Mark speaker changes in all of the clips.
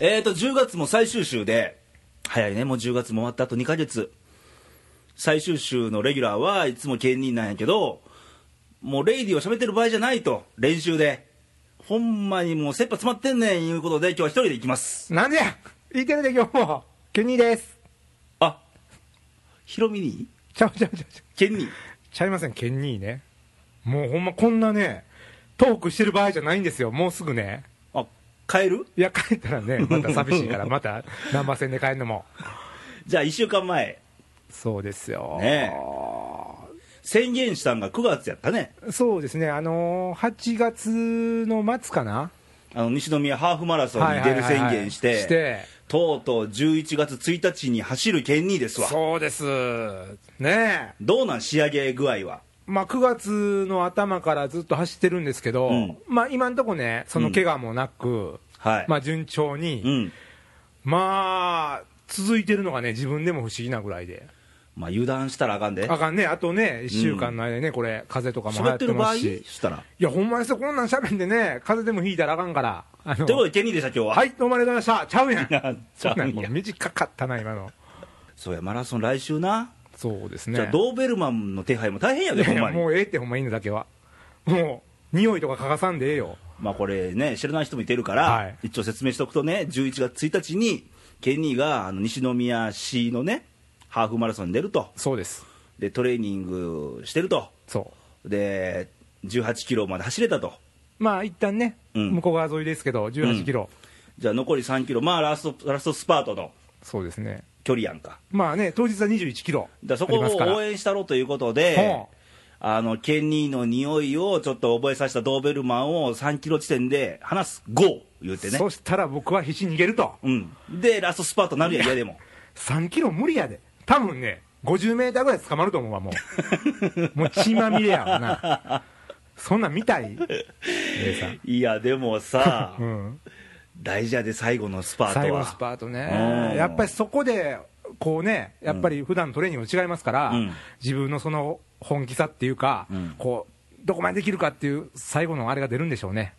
Speaker 1: えーと、10月も最終週で、早いね、もう10月も終わったあと2ヶ月。最終週のレギュラーはいつも兼任なんやけど、もうレイディを喋ってる場合じゃないと、練習で。ほんまにもう切羽詰まってんねん、いうことで、今日は一人で行きます。
Speaker 2: なんでや E テレで今日も、ケニーです。
Speaker 1: あ、ヒロミに
Speaker 2: ちゃうちゃうちゃうちゃう。
Speaker 1: 兼任
Speaker 2: ちゃいません、ケニーね。もうほんまこんなね、トークしてる場合じゃないんですよ、もうすぐね。
Speaker 1: あ、変える
Speaker 2: いや、帰ったら ね、また寂しいから、また、ナンバー戦で帰るのも。
Speaker 1: じゃあ1週間前。
Speaker 2: そうですよ。
Speaker 1: ね宣言したんが9月やったね。
Speaker 2: そうですね、あのー、8月の末かな
Speaker 1: あの、西宮ハーフマラソンに出る
Speaker 2: はいはい
Speaker 1: 宣
Speaker 2: はいはい
Speaker 1: 言して、
Speaker 2: して
Speaker 1: とうとう11月1日に走る兼任ですわ。
Speaker 2: そうです。ねえ。
Speaker 1: どうなん仕上げ具合は。
Speaker 2: まあ、9月の頭からずっと走ってるんですけど、
Speaker 1: うん
Speaker 2: まあ、今のとこね、その怪我もなく、
Speaker 1: はい。
Speaker 2: まあ、順調に、
Speaker 1: うん。
Speaker 2: まあ、続いてるのがね、自分でも不思議なぐらいで。
Speaker 1: まあ油断したらあかんで。
Speaker 2: あかんね、あとね、1週間の間にね、これ、風邪とかも
Speaker 1: 喋
Speaker 2: 流行
Speaker 1: っ
Speaker 2: ってて
Speaker 1: る場
Speaker 2: ま
Speaker 1: 合
Speaker 2: すし。い
Speaker 1: したら。
Speaker 2: や、ほんまですよ、こんなん喋んでね、風邪でもひいたらあかんから。あの
Speaker 1: ということで、兼任でした、今日は。
Speaker 2: はい、どうもありがとうございました。ちゃうやん。
Speaker 1: なっちゃ
Speaker 2: そんな
Speaker 1: うん
Speaker 2: もう
Speaker 1: や。
Speaker 2: 短かったな、今の。
Speaker 1: そうや、マラソン来週な。
Speaker 2: そうですね。
Speaker 1: じゃあ、ドーベルマンの手配も大変や
Speaker 2: い
Speaker 1: で、
Speaker 2: や
Speaker 1: ほ
Speaker 2: い
Speaker 1: んま
Speaker 2: や、
Speaker 1: に。
Speaker 2: もうええって、ほんまいいのだけは。もう、匂いとか嗅がさんでええよ。
Speaker 1: まあこれね、知らない人もいてるから、
Speaker 2: はい
Speaker 1: 一応説明しておくとね、11月1日に、ケニーがあの西宮市のね、ハーフマラソンに出ると。
Speaker 2: そうです。
Speaker 1: で、トレーニングしてると。
Speaker 2: そ
Speaker 1: で、18キロまで走れたと。
Speaker 2: う。まあ、一旦ね、
Speaker 1: うん
Speaker 2: 向こう側沿いですけど、18キロ。
Speaker 1: じゃあ残り3キロ、まあラスト、ラストスパートの
Speaker 2: そうですね。
Speaker 1: 距離やんか。
Speaker 2: まあね、当日は21キロ。
Speaker 1: だからそこ
Speaker 2: ありますから
Speaker 1: を応援したろということで
Speaker 2: ほう、
Speaker 1: あの、ケニーの匂いをちょっと覚えさせたドーベルマンを3キロ地点で離す、ゴー言ってね。
Speaker 2: そしたら僕は必死に逃げると。
Speaker 1: うん。で、ラストスパートなるやん、いやでも。
Speaker 2: 3キロ無理やで。多分ね、50メーターぐらい捕まると思うわ、も う。もう血まみれやわな。そんなん見たい A さん。
Speaker 1: いや、でも さ、
Speaker 2: うん。
Speaker 1: 大事やで、最後のスパートは。
Speaker 2: 最後のスパート
Speaker 1: う
Speaker 2: ね
Speaker 1: ん。
Speaker 2: やっぱりそこで、こうね、やっぱり普段のトレーニングと違いますから、
Speaker 1: うん
Speaker 2: 自分のその本気さっていうか、
Speaker 1: うん
Speaker 2: こう、どこまでできるかっていう最後のあれが出るんでしょうね。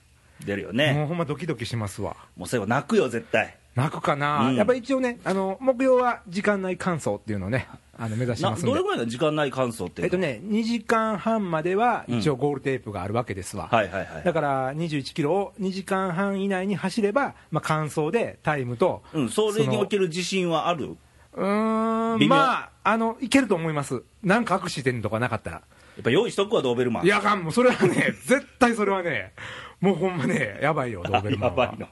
Speaker 1: 出るよ
Speaker 2: も
Speaker 1: ね。
Speaker 2: うほんまドキドキしますわ。
Speaker 1: もう最後泣くよ、絶対。
Speaker 2: 泣くかな、
Speaker 1: うん
Speaker 2: やっぱり一応ね、あの、目標は時間内完走っていうのをね、あの目指して
Speaker 1: な
Speaker 2: ますんで
Speaker 1: どれ。ぐらいの時間内感想っていうの
Speaker 2: えっとね、2時間半までは一応ゴールテープがあるわけですわ、
Speaker 1: はいはいはい
Speaker 2: だから21キロを2時間半以内に走れば、まあ、完走でタイムと、
Speaker 1: うん、それにおけ
Speaker 2: る
Speaker 1: る自信はある
Speaker 2: うー
Speaker 1: 微
Speaker 2: ん、
Speaker 1: 妙
Speaker 2: まあ、あのいけると思います、なんかアクシデントとかなかったら、
Speaker 1: やっぱ用意しとくわ、ドーベルマン。
Speaker 2: いや、あかん、もうそれはね、 絶対それはね、もうほんまね、やばいよ、ドーベル マ
Speaker 1: や
Speaker 2: ン
Speaker 1: ば、
Speaker 2: はい
Speaker 1: の。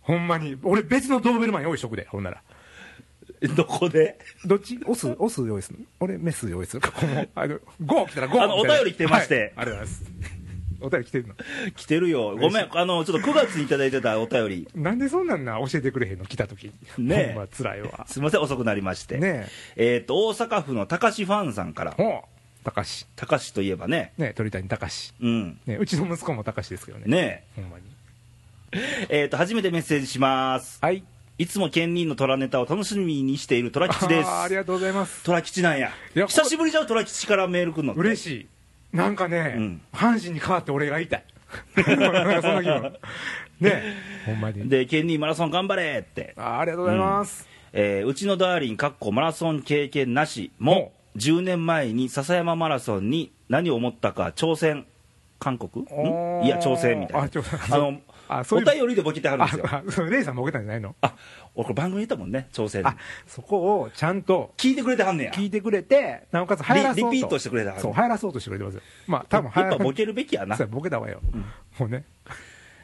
Speaker 2: ほんまに、俺、別のドーベルマン用意しとくで、ほんなら。
Speaker 1: どこで
Speaker 2: どっちオス、オス用意する俺、メス用意するか、この、あの、ゴー来たらゴー
Speaker 1: あの
Speaker 2: みたいな
Speaker 1: お便り来てまして
Speaker 2: はいありがとうございます。お便り来てるの。
Speaker 1: 来てるよ。ごめん、あの、ちょっと9月にいただいてたお便り。
Speaker 2: なんでそんなんな教えてくれへんの来た時
Speaker 1: ねえ
Speaker 2: ほんま辛いわ
Speaker 1: すみません、遅くなりまして。
Speaker 2: ね
Speaker 1: えっ、と、大阪府の高志ファンさんから、
Speaker 2: ほう高志
Speaker 1: 高志といえばね、
Speaker 2: ねえ鳥谷高志
Speaker 1: うん、
Speaker 2: ねえうちの息子も高志ですけどね
Speaker 1: ね
Speaker 2: ほんまに
Speaker 1: え、えっと、初めてメッセージします。
Speaker 2: はい
Speaker 1: いつも県人の虎ネタを楽しみにしている虎吉です
Speaker 2: あー。ありがとうございます
Speaker 1: 虎吉なんや。
Speaker 2: いや
Speaker 1: 久しぶりじゃん、虎吉からメール来んのって。
Speaker 2: 嬉
Speaker 1: し
Speaker 2: しいなんかね、
Speaker 1: うん
Speaker 2: 阪神に代わって俺が痛い なんかそんな気分ねえほんまに
Speaker 1: で、県人マラソン頑張れって。
Speaker 2: あーありがとうございます、
Speaker 1: えーうちのダーリン、かっこマラソン経験なしも、10年前に笹山マラソンに何を思ったか挑戦、韓国
Speaker 2: お
Speaker 1: ん
Speaker 2: ー
Speaker 1: いや、挑戦みたいな。
Speaker 2: あ挑戦
Speaker 1: あの
Speaker 2: あそ
Speaker 1: お
Speaker 2: ういう
Speaker 1: 便りでボケてはるんですよ。
Speaker 2: ああそうレイさんも受けたんじゃないの
Speaker 1: あ、俺これ番組言ったもんね、挑戦。
Speaker 2: あそこをちゃんと
Speaker 1: 聞いてくれてはんねや。
Speaker 2: 聞いてくれてなおかつ流行らそうと
Speaker 1: リリピートしてくれた
Speaker 2: そう流行らそうとしてくれてますよまあ多分流行
Speaker 1: やっ
Speaker 2: ら
Speaker 1: ぱボケるべきやな
Speaker 2: そう。やボケたわよ、もうね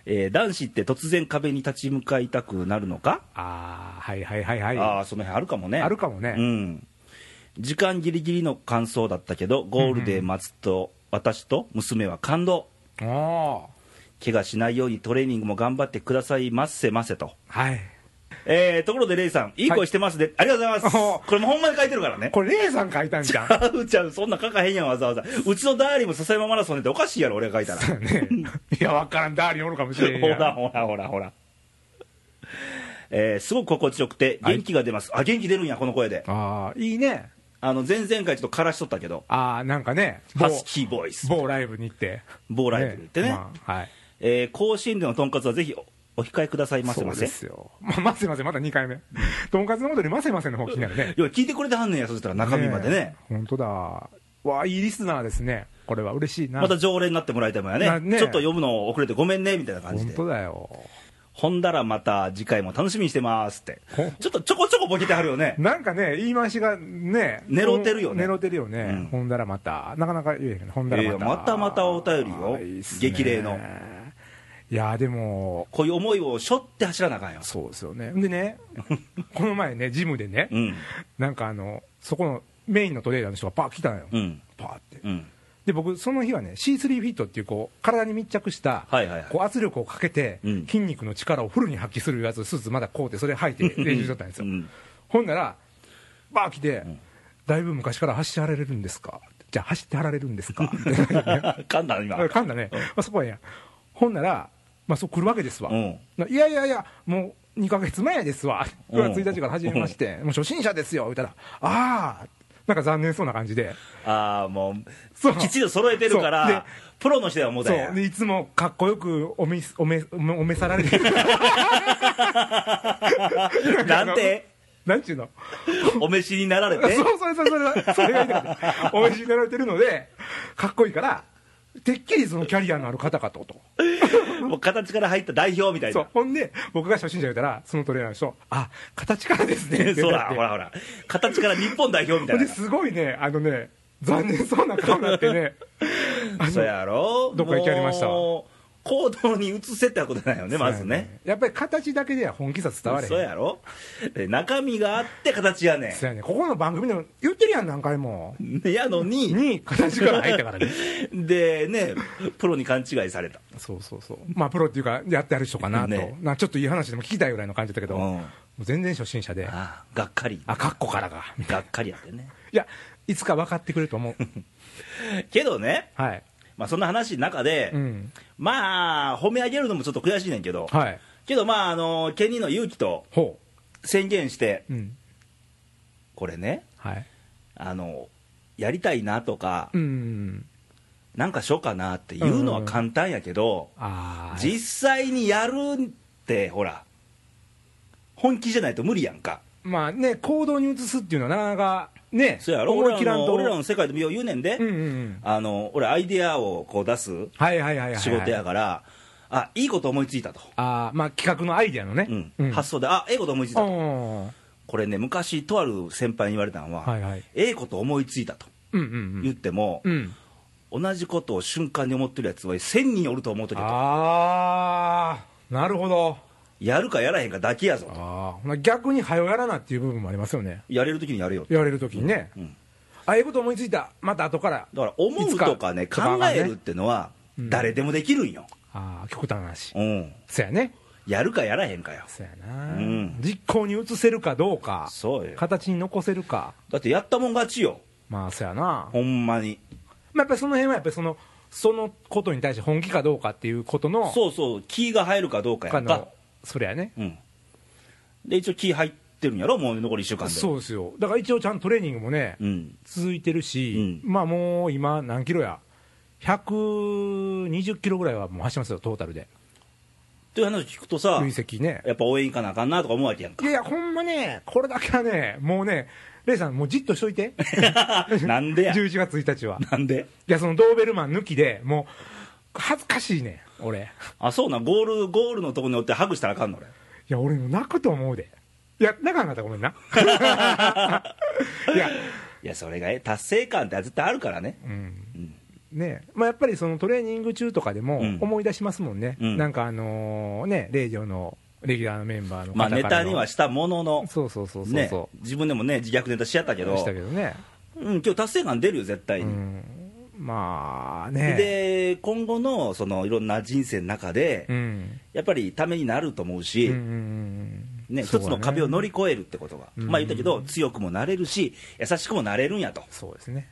Speaker 1: えー男子って突然壁に立ち向かいたくなるのか、
Speaker 2: ああはいはいはいはい
Speaker 1: あ
Speaker 2: あ
Speaker 1: あ、その辺あるかもね。
Speaker 2: るかもね、
Speaker 1: うん。時間ギリギリの感想だったけど、ゴールで待つと、私と娘は感動。
Speaker 2: おー
Speaker 1: 怪我しないようにトレーニングも頑張ってくださいませませと。
Speaker 2: はい
Speaker 1: えー、ところでレイさん、いい声してますね。ありがとうござい
Speaker 2: お
Speaker 1: ま
Speaker 2: う
Speaker 1: す。これもほんまに書いてるからね。
Speaker 2: これレイさん書いたんじゃん
Speaker 1: あ うちゃん、そんな書かへんやん、わざわざ。うちのダーリンも笹山マラソンでっておかしいやろ、俺が書いたら。
Speaker 2: ねいやわからんダーリンおるかもしれん
Speaker 1: ほ
Speaker 2: やん
Speaker 1: らほらほらほら。えー、すごく心地よくて、元気が出ます、あ、元気出るんや、この声で。
Speaker 2: ああいいね
Speaker 1: あの、前々回ちょっと枯らしとったけど、
Speaker 2: ああなんかね某
Speaker 1: ハスキーボイス。
Speaker 2: 某ライブに行って
Speaker 1: 某ライブに行ってね
Speaker 2: まあはい
Speaker 1: えー、甲子園でのとんかつはぜひ、お控えくださいませま
Speaker 2: そうで
Speaker 1: せ。
Speaker 2: すよ。まあ、ませませ、また2回目。とんかつのことにませませの方気になるね。
Speaker 1: いや、聞いてくれてはんねんや、そしたら中身までね。
Speaker 2: え。本当だ。わあ、いいリスナーですね。これは嬉しいな。
Speaker 1: また常連になってもらいたいもんやね
Speaker 2: なね
Speaker 1: ちょっと読むの遅れてごめんねみたいな感じ
Speaker 2: 本
Speaker 1: で
Speaker 2: 当だよ。
Speaker 1: ほんだらまた次回も楽しみにしてますって
Speaker 2: ほ
Speaker 1: ちょっとちょこちょこボケてはるよね
Speaker 2: なんかね、言い回しがね、
Speaker 1: 狙ってるよね
Speaker 2: 狙ってるよね。
Speaker 1: うん
Speaker 2: ほんだらまた。なかなか言えへんけど、ほんだらまた。
Speaker 1: いやまたまたお便りよ
Speaker 2: あーいいっすね
Speaker 1: 激励の
Speaker 2: いや、でも、
Speaker 1: こういう思いを背負って走らなあかんよ
Speaker 2: そうですよね。でね、この前ね、ジムでね、
Speaker 1: うん
Speaker 2: なんかあの、そこのメインのトレーダーの人がパー来たのよ。
Speaker 1: うん
Speaker 2: パーって。
Speaker 1: うん
Speaker 2: で僕その日はね C3 フィットっていうこう体に密着した、
Speaker 1: はいはいはい
Speaker 2: こう圧力をかけて、
Speaker 1: うん
Speaker 2: 筋肉の力をフルに発揮するやつスーツまだこうてそれ履いて練習しとったんですよ、
Speaker 1: うん
Speaker 2: ほんならバー来て、
Speaker 1: ん
Speaker 2: だいぶ昔から走ってはられるんですかじゃあ走ってはられるんですか」
Speaker 1: 噛んだ今
Speaker 2: 噛んだね、まあ、そこはええやんほんなら、まあ、そう来るわけですわ、
Speaker 1: うん
Speaker 2: ないやいやいやもう2か月前ですわ
Speaker 1: うん
Speaker 2: 9月1日から始めまして、もう初心者ですよ言ったら「ああ」なんか残念そうな感じで
Speaker 1: ああもう
Speaker 2: そう
Speaker 1: きっちり揃えてるか
Speaker 2: そうで
Speaker 1: らプロの人はもうだ
Speaker 2: そ
Speaker 1: よ
Speaker 2: うでいつもかっこよくおめおめおめおめさられてる
Speaker 1: なんて
Speaker 2: なんちゅうの
Speaker 1: お召しになられ
Speaker 2: そう
Speaker 1: て
Speaker 2: それそれそれそれが言いたかったおめしになられてるのでかっこいいからてっきりそのキャリアのある方かとと
Speaker 1: もう形から入った代表みたい
Speaker 2: そう
Speaker 1: な
Speaker 2: ほんで僕が初心者言うたらそのトレーナーの人「あ形からですね」って言
Speaker 1: そう
Speaker 2: わ
Speaker 1: だ
Speaker 2: れて
Speaker 1: ほらほら形から日本代表みた
Speaker 2: ほ
Speaker 1: い
Speaker 2: ん
Speaker 1: な
Speaker 2: ですごいねあのね残念そうな顔になってねあの
Speaker 1: そうやろ
Speaker 2: どっか行きはりましたわ
Speaker 1: もう行動に移せってことだよねまず
Speaker 2: そうや
Speaker 1: ね
Speaker 2: やっぱり形だけでは本気さ伝われへん
Speaker 1: そうやろで中身があって形やね
Speaker 2: そうやねここの番組でも言ってるやん何回も
Speaker 1: んやのに
Speaker 2: に形から入ったからね
Speaker 1: でねプロに勘違いされた
Speaker 2: そうそうそう、まあ、プロっていうか、やってある人かなと、
Speaker 1: ね
Speaker 2: なちょっといい話でも聞きたいぐらいの感じだったけど、
Speaker 1: うん
Speaker 2: もう全然初心者で、あ
Speaker 1: ああがっかり
Speaker 2: かっこからが、みたい
Speaker 1: がっかりやってね
Speaker 2: ないや、いつか分かってくれる と思う、
Speaker 1: けどね、
Speaker 2: はい、
Speaker 1: まあ、そんな話の中で、
Speaker 2: うん、
Speaker 1: まあ褒め上げるのもちょっと悔しいねんけど、
Speaker 2: はい、
Speaker 1: けどまああのケニーの勇気と
Speaker 2: ほ
Speaker 1: 宣言して
Speaker 2: う、うん、
Speaker 1: これね
Speaker 2: はい、
Speaker 1: あのやりたいなとか、
Speaker 2: うん、
Speaker 1: なんかしようかなっていうのは簡単やけど、
Speaker 2: あー、
Speaker 1: 実際にやるってほら本気じゃないと無理やんか
Speaker 2: まあね、行動に移すっていうのは、なかなかね、
Speaker 1: そうやろ
Speaker 2: 思
Speaker 1: 俺
Speaker 2: い切
Speaker 1: ら
Speaker 2: らん
Speaker 1: の
Speaker 2: と、
Speaker 1: 俺らの世界でもよう言うねんで、
Speaker 2: うんうんうん、
Speaker 1: あの俺アイデアをこう出す
Speaker 2: はいはいはいはい、はい、
Speaker 1: 仕事やから、あいいこと思いついたと、
Speaker 2: あーまあ、企画のアイデアのね、
Speaker 1: うん
Speaker 2: うん、
Speaker 1: 発想であええこと思いついたと、
Speaker 2: うん
Speaker 1: これね昔とある先輩に言われたのは、
Speaker 2: はいはい、
Speaker 1: ええこと思いついたと
Speaker 2: うんう
Speaker 1: 言っ
Speaker 2: ん
Speaker 1: ても、
Speaker 2: うん、うん、
Speaker 1: 同じことを瞬間に思ってるやつは1000人おると思うときと
Speaker 2: あー、なるほど。
Speaker 1: やるかやらへんかだけやぞと
Speaker 2: ああ、ほな逆に早よやらなっていう部分もありますよね。
Speaker 1: やれるときにやれよと
Speaker 2: 言われるときにね。
Speaker 1: うん
Speaker 2: ああいうこと思いついた。また後から。
Speaker 1: だから思うとかね
Speaker 2: いつか
Speaker 1: 考えるってのは
Speaker 2: うん
Speaker 1: 誰でもできるんよ、
Speaker 2: ああ、極端な話。
Speaker 1: うん、
Speaker 2: そやね。
Speaker 1: やるかやらへんかよ
Speaker 2: そやな、
Speaker 1: うん
Speaker 2: 実行に移せるかどうか。
Speaker 1: そうよ
Speaker 2: 形に残せるか。
Speaker 1: だってやったもん勝ちよ
Speaker 2: まあ、そやな。まあ、
Speaker 1: ほんまに
Speaker 2: やっぱりその辺は、やっぱりその、そのことに対して本気かどうかっていうことの、
Speaker 1: そうそう気が入るかどうかや
Speaker 2: か
Speaker 1: んか
Speaker 2: の、それやね。
Speaker 1: うん、で一応気入ってるんやろもう残り1週間で
Speaker 2: そうですよ。だから一応ちゃんとトレーニングもね、
Speaker 1: うん、
Speaker 2: 続いてるし、
Speaker 1: う
Speaker 2: まあもう今、何キロや、120キロぐらいはもう走ってますよ、トータルで、
Speaker 1: という話を聞くとさ
Speaker 2: 累積ね。
Speaker 1: やっぱ応援行かなあかんなとか思うわけやん
Speaker 2: いやいや、ほんまね、これだけはね、もうね、レイさん、もうじっとしといて、
Speaker 1: かなんでや
Speaker 2: 11月1日は。
Speaker 1: なんで
Speaker 2: いや、そのドーベルマン抜きで、もう、恥ずかしいねん、俺。い
Speaker 1: あそうなんゴールゴールのとこにおってハグしたらあかんの俺
Speaker 2: や、俺も泣くと思うで。いや、泣かなかったらごめん な。いや、
Speaker 1: いやそれがえ達成感って絶対あるからね
Speaker 2: うん
Speaker 1: うん
Speaker 2: ねまあ、やっぱりそのトレーニング中とかでも
Speaker 1: うん
Speaker 2: 思い出しますもんね、
Speaker 1: うん
Speaker 2: なんかあのね、レイジオのレギュラーのメンバーの方
Speaker 1: ま
Speaker 2: か
Speaker 1: あ
Speaker 2: らの
Speaker 1: ネタにはしたものの
Speaker 2: そうそうそうそうそう、
Speaker 1: ね、自分でもね自虐ネタしちゃったけど
Speaker 2: したけどね、
Speaker 1: うん、今日達成感出るよ絶対
Speaker 2: う
Speaker 1: に、
Speaker 2: ん、まあね、
Speaker 1: で今後のそのいろんな人生の中で、
Speaker 2: うん、
Speaker 1: やっぱりためになると思うし、
Speaker 2: うんうんうんうん
Speaker 1: ね、
Speaker 2: そ
Speaker 1: 一つ
Speaker 2: うだ
Speaker 1: の壁を乗り越えるってことが、
Speaker 2: うん
Speaker 1: まあ言ったけど強くもなれるし優しくもなれるんやと
Speaker 2: そうですね、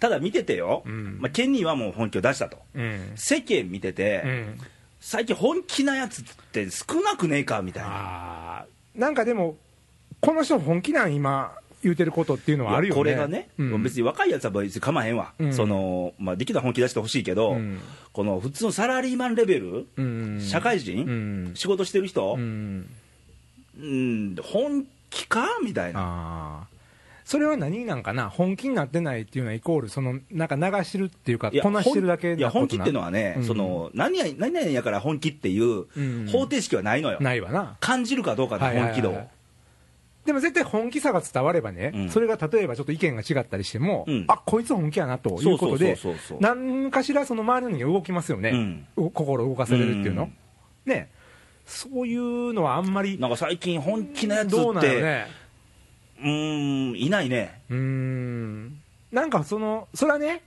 Speaker 1: ただ見ててよ、
Speaker 2: うん
Speaker 1: まあ、ケニーはもう本気を出したと
Speaker 2: うん
Speaker 1: 世間見てて、
Speaker 2: うん、
Speaker 1: 最近本気なやつって少なくねえかみたいな
Speaker 2: あーなんかでも、この人、本気なん、今、言うてることっていうのはあるよね。
Speaker 1: これがね、
Speaker 2: うん
Speaker 1: 別に若いやつは別に構わへんわ、
Speaker 2: うん
Speaker 1: そのまあ、できたら本気出してほしいけど、
Speaker 2: うん
Speaker 1: この普通のサラリーマンレベル、
Speaker 2: うん
Speaker 1: 社会人、
Speaker 2: うん
Speaker 1: 仕事してる人
Speaker 2: う、ん
Speaker 1: うん、本気かみたいな、
Speaker 2: あーそれは何なんかな本気になってないっていうのはイコールそのなんか流してるっていうか
Speaker 1: いや
Speaker 2: こなしてるだ
Speaker 1: ほ
Speaker 2: け
Speaker 1: んいや
Speaker 2: なこと
Speaker 1: 本気っていうの
Speaker 2: は
Speaker 1: はね、
Speaker 2: うん
Speaker 1: その何や何々やから本気っていう
Speaker 2: うん
Speaker 1: 方程式はないのよ、
Speaker 2: ないわな
Speaker 1: 感じるかどうかの
Speaker 2: はいはいはい
Speaker 1: 本気度を。
Speaker 2: でも絶対本気さが伝わればね、
Speaker 1: うん
Speaker 2: それが例えばちょっと意見が違ったりしても、
Speaker 1: うん
Speaker 2: あこいつ本気やなということで
Speaker 1: そうそうそうそう
Speaker 2: 何かしらその周りの人が動きますよね、
Speaker 1: うん
Speaker 2: う心を動かされるっていうの、
Speaker 1: うん
Speaker 2: ねそういうのはあんまり
Speaker 1: なんか最近、本気なやつって、
Speaker 2: どう
Speaker 1: う
Speaker 2: なのね
Speaker 1: ーん、いないね、
Speaker 2: うーんなんかそのそれはね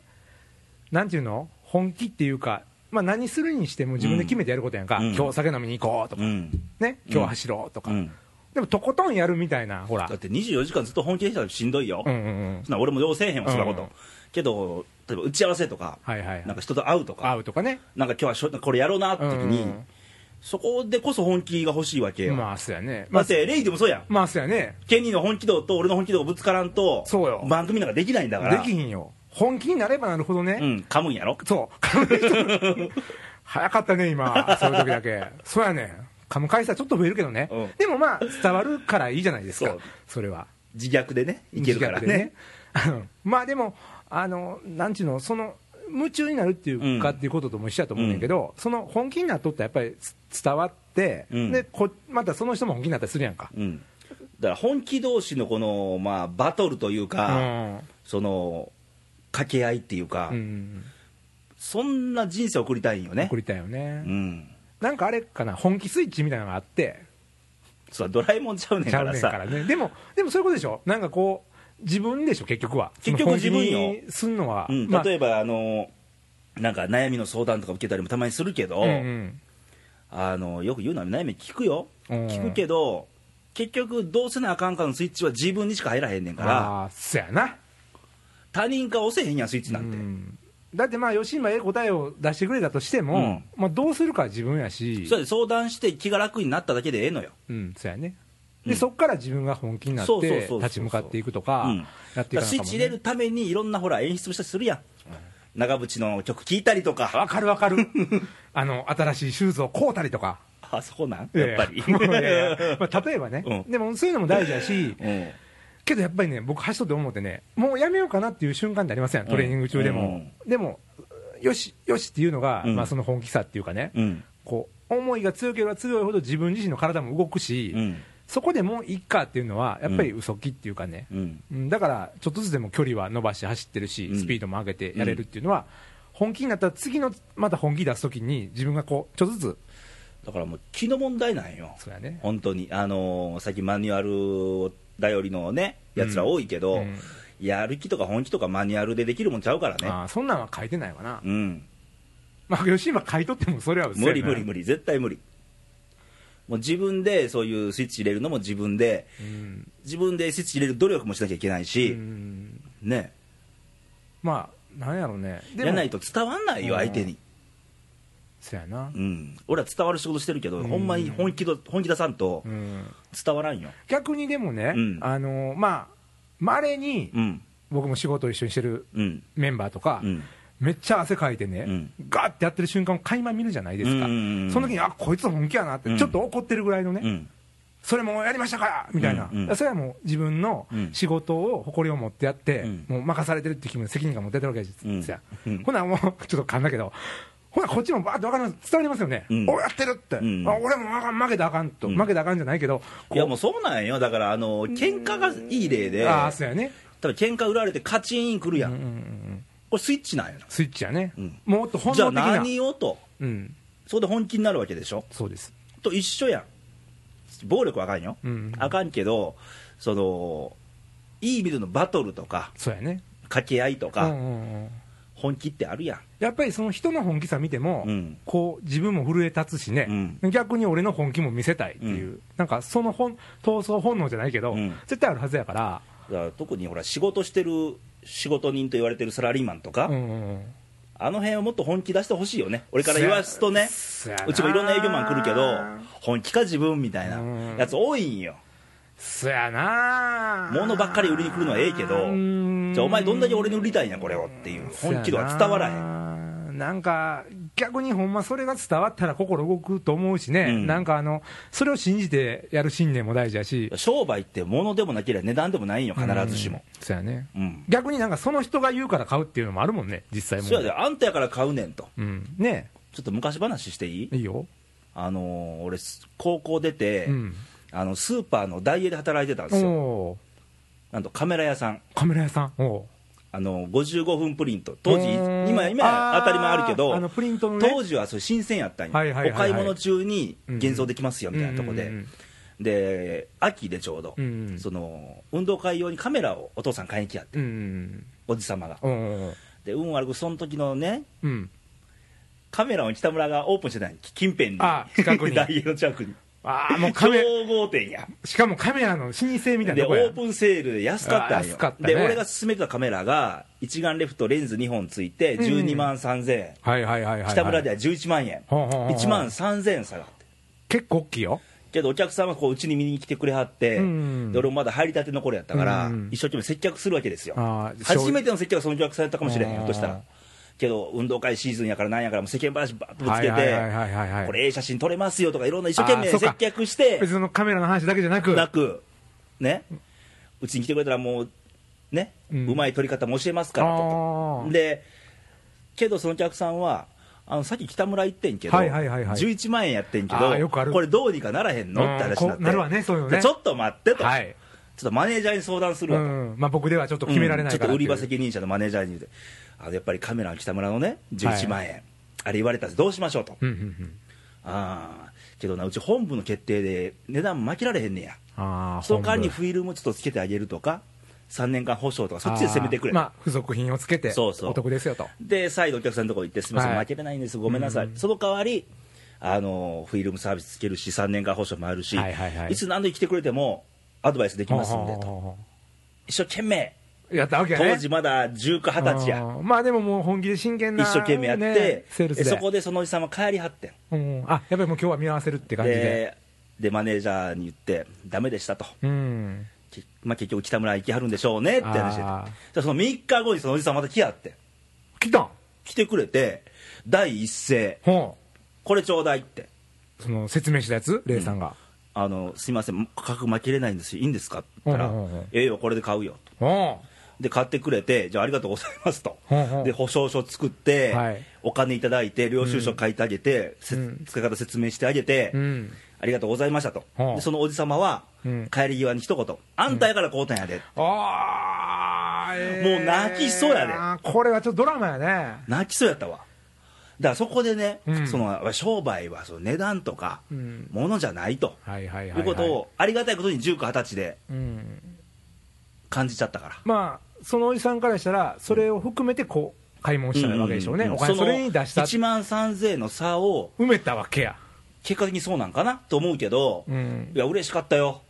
Speaker 2: なんていうの本気っていうか、まあ、何するにしても自分で決めてやることやんか、
Speaker 1: うん
Speaker 2: 今日酒飲みに行こうとか、
Speaker 1: うん
Speaker 2: ね今日走ろうとか、
Speaker 1: うん、
Speaker 2: でもとことんやるみたいなほら
Speaker 1: だって24時間ずっと本気でしたらしんどいよ、
Speaker 2: うんうんうん
Speaker 1: そんな俺もようせえへんわ、そんなこ
Speaker 2: う
Speaker 1: と
Speaker 2: ん。
Speaker 1: けど、例えば打ち合わせとか、
Speaker 2: はいはい
Speaker 1: なん
Speaker 2: はい
Speaker 1: か人と会うとか、
Speaker 2: 会うとかね
Speaker 1: なんか今日はしょこれやろうなって時に、
Speaker 2: うん
Speaker 1: そこでこそ本気が欲しいわけよ。
Speaker 2: まあそうやね
Speaker 1: だ
Speaker 2: まあ
Speaker 1: っ、て、レイでもそうやん。
Speaker 2: まあ、そうやね
Speaker 1: ケニーの本気度と俺の本気度がぶつからんと、
Speaker 2: そうよ
Speaker 1: 番組なんかできないんだから。
Speaker 2: できひんよ本気になればなるほどね、
Speaker 1: うん、噛むんやろ。
Speaker 2: そう 早かったね今そういう時だけそうやね噛む回数はちょっと増えるけどね、
Speaker 1: うん
Speaker 2: でもまあ伝わるからいいじゃないですか
Speaker 1: そう
Speaker 2: それは
Speaker 1: 自虐でね、いけるからね。
Speaker 2: 自虐でね まあでも、あのなんちゅうの、その夢中になるっていうか
Speaker 1: うん
Speaker 2: っていうこととも一緒だと思うんだけど、その本気になっとったらやっぱりつ伝わって、
Speaker 1: うん
Speaker 2: でこ、またその人も本気になったりするやんか。
Speaker 1: うん。だから本気同士のこの、まあ、バトルというか、その、掛け合いっていうか、
Speaker 2: うん、
Speaker 1: そんな人生送りたいんよね
Speaker 2: 送。りたいよね、
Speaker 1: うん。
Speaker 2: なんかあれかな、本気スイッチみたいなのがあって、
Speaker 1: そうドラえもんちゃうねん
Speaker 2: ち
Speaker 1: か
Speaker 2: ゃう
Speaker 1: ら
Speaker 2: ねん
Speaker 1: さ。
Speaker 2: からね、でも、でもそういうことでしょ、なんかこう、自分でしょ、結局は、
Speaker 1: 結局自分よ
Speaker 2: 本気にすんのは、
Speaker 1: うん、
Speaker 2: まあ
Speaker 1: 例えば、あのなんか悩みの相談とか受けたりもたまにするけど、
Speaker 2: うん
Speaker 1: あのよく言うのは悩み聞くよ、
Speaker 2: うん
Speaker 1: 聞くけど結局どうせなあかんかのスイッチは自分にしか入らへんねん
Speaker 2: うん、
Speaker 1: から
Speaker 2: ああ、そやな。
Speaker 1: 他人が押せへんやんスイッチなんて、
Speaker 2: うんだってまあ吉村ええ答えを出してくれたとしても、
Speaker 1: うん
Speaker 2: まあ、どうするかは自分やし
Speaker 1: それで相談して気が楽になっただけでええのよ、
Speaker 2: うん、そうやね
Speaker 1: う
Speaker 2: で、
Speaker 1: ん
Speaker 2: そっから自分が本気になっ
Speaker 1: そうそうそう
Speaker 2: て
Speaker 1: そう
Speaker 2: 立ち向かっていくとか
Speaker 1: うん
Speaker 2: やってい
Speaker 1: だから
Speaker 2: かな
Speaker 1: スイッチ入れるためにいろんなほら演出もしたりするやん、長渕の曲聴いたりとか
Speaker 2: わかる わかるあの新しいシューズを買うたりとか
Speaker 1: あそこなんやっぱ り
Speaker 2: いやいやいやいやまあ、例えばね、
Speaker 1: うん
Speaker 2: でもそういうのも大事だし
Speaker 1: うん
Speaker 2: けどやっぱりね僕走っとって思ってねもうやめようかなっていう瞬間になりませんトレーニング中でも、でもよしよしっていうのが、
Speaker 1: うん
Speaker 2: まあ、その本気さっていうかね、
Speaker 1: うん
Speaker 2: こう思いが強ければ強いほど自分自身の体も動くし、
Speaker 1: うん
Speaker 2: そこでもういっかっていうのは、やっぱり嘘気っていうかね、
Speaker 1: うん
Speaker 2: うんだからちょっとずつでも距離は伸ばして走ってるし、
Speaker 1: うん
Speaker 2: スピードも上げてやれるっていうのは、本気になったら、次のまた本気出すときに、自分がこう、ちょっとずつ、
Speaker 1: だからもう気の問題なんよ
Speaker 2: そうやね、
Speaker 1: 本当に、あのー最近マニュアル頼りのね、やつら多いけど、
Speaker 2: うん
Speaker 1: やる気とか本気とかマニュアルでできるもんちゃうからね、
Speaker 2: あーそんなんは書いてないわな、
Speaker 1: うん、
Speaker 2: まあ、吉今、書いとってもそれは嘘や
Speaker 1: 無
Speaker 2: な
Speaker 1: 理無理無理、絶対無理、もう自分でそういうスイッチ入れるのも自分で、
Speaker 2: うん
Speaker 1: 自分でスイッチ入れる努力もしなきゃいけないうし、
Speaker 2: ん
Speaker 1: ね、
Speaker 2: まあ、なんやろうね、で
Speaker 1: やら
Speaker 2: も
Speaker 1: ないと伝わんないよ、
Speaker 2: うん
Speaker 1: 相手に、
Speaker 2: そうやな
Speaker 1: う、ん、俺は伝わる仕事してるけど、
Speaker 2: うん
Speaker 1: ほんまに本気ど本気出さんと
Speaker 2: うん
Speaker 1: 伝わらんよ、
Speaker 2: 逆にでもね、
Speaker 1: うん
Speaker 2: あのまあ、まれに
Speaker 1: うん、
Speaker 2: 僕も仕事を一緒にしてる
Speaker 1: うん、
Speaker 2: メンバーとか、
Speaker 1: うん、
Speaker 2: めっちゃ汗かいてね、
Speaker 1: うん
Speaker 2: ガーってやってる瞬間を垣間見るじゃないですか、
Speaker 1: うんうんうん
Speaker 2: その時に、あこいつ本気やなって、
Speaker 1: うん
Speaker 2: ちょっと怒ってるぐらいのね、
Speaker 1: うん、
Speaker 2: それもうやりましたからみたいな、
Speaker 1: うんうん
Speaker 2: それはもう自分の
Speaker 1: うん
Speaker 2: 仕事を誇りを持ってやって、
Speaker 1: うん
Speaker 2: もう任されてるって気分で責任感持ってやってるわけですよ、
Speaker 1: うん
Speaker 2: ほな、もうちょっと噛んだけど、ほな、こっちもばーっと分かります伝わりますよね、
Speaker 1: うん
Speaker 2: おやってるって、
Speaker 1: うん
Speaker 2: あ俺もあかん負けたらあかんと、
Speaker 1: うん
Speaker 2: 負けたらあかんじゃないけど、こう
Speaker 1: いやもうそうなんよ、だから、あの喧嘩がいい例で、
Speaker 2: ああ、そうやね、
Speaker 1: 多分喧嘩売られてカチンくるやん、
Speaker 2: うんうんうん、
Speaker 1: これスイッチなんやな
Speaker 2: スイッチやね、
Speaker 1: うん
Speaker 2: もっと本
Speaker 1: じゃ
Speaker 2: 能
Speaker 1: あ
Speaker 2: 的な、
Speaker 1: 何をと
Speaker 2: うん、
Speaker 1: そこで本気になるわけでしょ
Speaker 2: そうです。
Speaker 1: と一緒やん暴力はあかんよ、
Speaker 2: うん
Speaker 1: あかんけどそのいい意味でのバトルとか
Speaker 2: そうやね、
Speaker 1: 掛け合いと
Speaker 2: う
Speaker 1: か、
Speaker 2: んうんうん、
Speaker 1: 本気ってあるやん
Speaker 2: やっぱりその人の本気さ見ても、
Speaker 1: うん
Speaker 2: こう自分も震え立つしね、逆に俺の本気も見せたいっていう、
Speaker 1: う
Speaker 2: なんかその本闘争本能じゃないけど、
Speaker 1: うん
Speaker 2: 絶対あるはずやから、
Speaker 1: だから特にほら仕事してる仕事人と言われてるサラリーマンとか、
Speaker 2: うんうんうん
Speaker 1: あの辺をもっと本気出してほしいよね俺から言わすとね
Speaker 2: そやな
Speaker 1: うちもいろんな営業マン来るけど本気か自分みたいな
Speaker 2: うん
Speaker 1: やつ多いんよ
Speaker 2: そやな
Speaker 1: 物ばっかり売りに来るのはええけどじゃあお前どんだけ俺に売りたいんやこれをっていう本気度は伝わらへん
Speaker 2: んなんか逆にほんまそれが伝わったら心動くと思うしね、
Speaker 1: うん
Speaker 2: なんかあのそれを信じてやる信念も大事やし
Speaker 1: 商売って物でもなければ値段でもないんよ必ずしも
Speaker 2: うんそやね
Speaker 1: うん
Speaker 2: 逆になんかその人が言うから買うっていうのもあるもんね実際も
Speaker 1: そうやであんたやから買うねんと
Speaker 2: うんね
Speaker 1: ちょっと昔話していい
Speaker 2: いいよ
Speaker 1: あのー俺す高校出て、
Speaker 2: うん
Speaker 1: あのスーパーのダイエーで働いてたんですよ
Speaker 2: おー
Speaker 1: なんとカメラ屋さん
Speaker 2: カメラ屋さんおう
Speaker 1: あの55分プリント当時
Speaker 2: うーん
Speaker 1: 今今や
Speaker 2: あー
Speaker 1: 当たり前あるけど
Speaker 2: あのプリントのね
Speaker 1: 当時はそれ新鮮やったんよ、
Speaker 2: はいはいはいは
Speaker 1: お買
Speaker 2: い
Speaker 1: い物中に現像できますよみたいなとこで、
Speaker 2: うんうんうん
Speaker 1: で秋でちょうど、
Speaker 2: うんうん
Speaker 1: その運動会用にカメラをお父さん買いに来やって
Speaker 2: うん
Speaker 1: おじ様が
Speaker 2: おう
Speaker 1: で運悪くその時のね
Speaker 2: うん
Speaker 1: カメラを北村がオープンしてたんよ近辺に
Speaker 2: あ近 くに
Speaker 1: ダイエーの近くに
Speaker 2: ああもうカ
Speaker 1: 競
Speaker 2: メ
Speaker 1: 合店や
Speaker 2: しかもカメラの老舗みたいな
Speaker 1: で
Speaker 2: と
Speaker 1: オ
Speaker 2: こや
Speaker 1: ープンセールで安かったん
Speaker 2: あー
Speaker 1: よ
Speaker 2: 安かったね
Speaker 1: で俺が勧めてたカメラが一眼レフとレンズ2本ついて12万3000円、
Speaker 2: はいはいはいはいはい
Speaker 1: 北村では11万円、
Speaker 2: ほうほうほうほう
Speaker 1: 1万3000円下がって
Speaker 2: 結構大きいよ
Speaker 1: けどお客さんはこううちに見に来てくれはって、
Speaker 2: うん
Speaker 1: で俺もまだ入りたての頃やったから、
Speaker 2: うん
Speaker 1: 一生懸命接客するわけですよ
Speaker 2: あー
Speaker 1: 初めての接客はそのお客さんやったかもしれへん
Speaker 2: あー
Speaker 1: ひょっとしたらけど運動会シーズンやからなんやからもう世間話ばっとぶつけて、
Speaker 2: はいはいはいはいはい
Speaker 1: これええ写真撮れますよとかいろんな一生懸
Speaker 2: あー
Speaker 1: 命
Speaker 2: そう
Speaker 1: 接
Speaker 2: か
Speaker 1: 客して
Speaker 2: 別にそのカメラの話だけじゃなく
Speaker 1: なく、ね、うちに来てくれたらもう、ね、う
Speaker 2: うん
Speaker 1: まい取り方も教えますからと
Speaker 2: あ
Speaker 1: か。
Speaker 2: ー
Speaker 1: で、けどそのお客さんは、あのさっき北村行ってんけど、
Speaker 2: はいはいはいはい
Speaker 1: 11万円やってんけ
Speaker 2: あ
Speaker 1: ど
Speaker 2: ーよくある
Speaker 1: これどうにかならへんのって話になって、
Speaker 2: うんこうなるわねそういうのね
Speaker 1: でちょっと待ってと、
Speaker 2: はい
Speaker 1: ちょっとマネージャーに相談する
Speaker 2: う
Speaker 1: わと、
Speaker 2: んまあ僕ではちょっと決められな
Speaker 1: うんち
Speaker 2: い
Speaker 1: ょ
Speaker 2: か
Speaker 1: っ
Speaker 2: ら
Speaker 1: と
Speaker 2: っ
Speaker 1: 売
Speaker 2: てい
Speaker 1: り
Speaker 2: う
Speaker 1: 場責任者のマネージャーに言うて、あのやっぱりカメラの北村のね、11万円、あれ言われたらどうしましょうと、
Speaker 2: うんうんうん
Speaker 1: ああ、けどな、うち本部の決定で値段負けられへんねや。
Speaker 2: ああ
Speaker 1: その間にフィルムちょっとつけてあげるとか、3年間保証とか、そっちで攻めてくれ、
Speaker 2: まあ付属品をつけて
Speaker 1: そうそう
Speaker 2: お得ですよと
Speaker 1: で再度お客さんのところ行って、すみません、
Speaker 2: はい
Speaker 1: 負けれないんです、ごめんなさい、その代わりあの、フィルムサービスつけるし、3年間保証もあるし、
Speaker 2: はいはいはい
Speaker 1: つ何度来てくれてもアドバイスできますんでと、
Speaker 2: ほうほうほうほ
Speaker 1: 一生懸命、
Speaker 2: うやったわけやね
Speaker 1: 当時まだ19、20歳や、
Speaker 2: うんまあでももう本気で真剣な
Speaker 1: 一生懸命やって、
Speaker 2: ねセールス
Speaker 1: え
Speaker 2: で
Speaker 1: そこでそのおじさんは帰りはってん
Speaker 2: うんあやっぱりもう今日は見合わせるって感じで
Speaker 1: でで、マネージャーに言って、ダメでしたと。
Speaker 2: うん
Speaker 1: きまあ、結局北村行きはるんでしょうねって話でじゃ
Speaker 2: あー
Speaker 1: あその3日後にそのおじさんまた来やってん
Speaker 2: 来たん
Speaker 1: 来てくれて第一声
Speaker 2: ほ
Speaker 1: 「これちょうだい」って
Speaker 2: うその説明したやつレイさんが
Speaker 1: 「あのすいません価格負けれないんですよいいんですか?」って言ったら
Speaker 2: うんうんうんうん
Speaker 1: 「ええよこれで買うよ」と
Speaker 2: ほ
Speaker 1: で買ってくれて「じゃあありがとうございます」と
Speaker 2: うんうん
Speaker 1: で保証書作って、
Speaker 2: はい
Speaker 1: お金いただいて領収書書いてあげて、せ
Speaker 2: うん
Speaker 1: 使い方説明してあげて、
Speaker 2: ううん
Speaker 1: ありがとうございましたと、
Speaker 2: うん
Speaker 1: でそのおじ様は、
Speaker 2: うん
Speaker 1: 帰り際に一言「あんたやから買うたんやで」
Speaker 2: ああ、えー
Speaker 1: もう泣きそうやで
Speaker 2: あーこれはちょっとドラマやね
Speaker 1: 泣きそうやったわだからそこでね、
Speaker 2: うん
Speaker 1: その商売はその値段とか、
Speaker 2: うん
Speaker 1: ものじゃないと、
Speaker 2: はいはいはい、
Speaker 1: いうことをありがたいことに19、20歳で
Speaker 2: うん、
Speaker 1: 感じちゃったから、
Speaker 2: まあそのおじさんからしたらそれを含めてこう買い物したわけでしょうね、
Speaker 1: んんん
Speaker 2: お金それに出した
Speaker 1: 1万3000円の差を、
Speaker 2: 埋めたわけや、
Speaker 1: 結果的にそうなんかなと思うけど、
Speaker 2: うん
Speaker 1: いや、嬉しかったよ、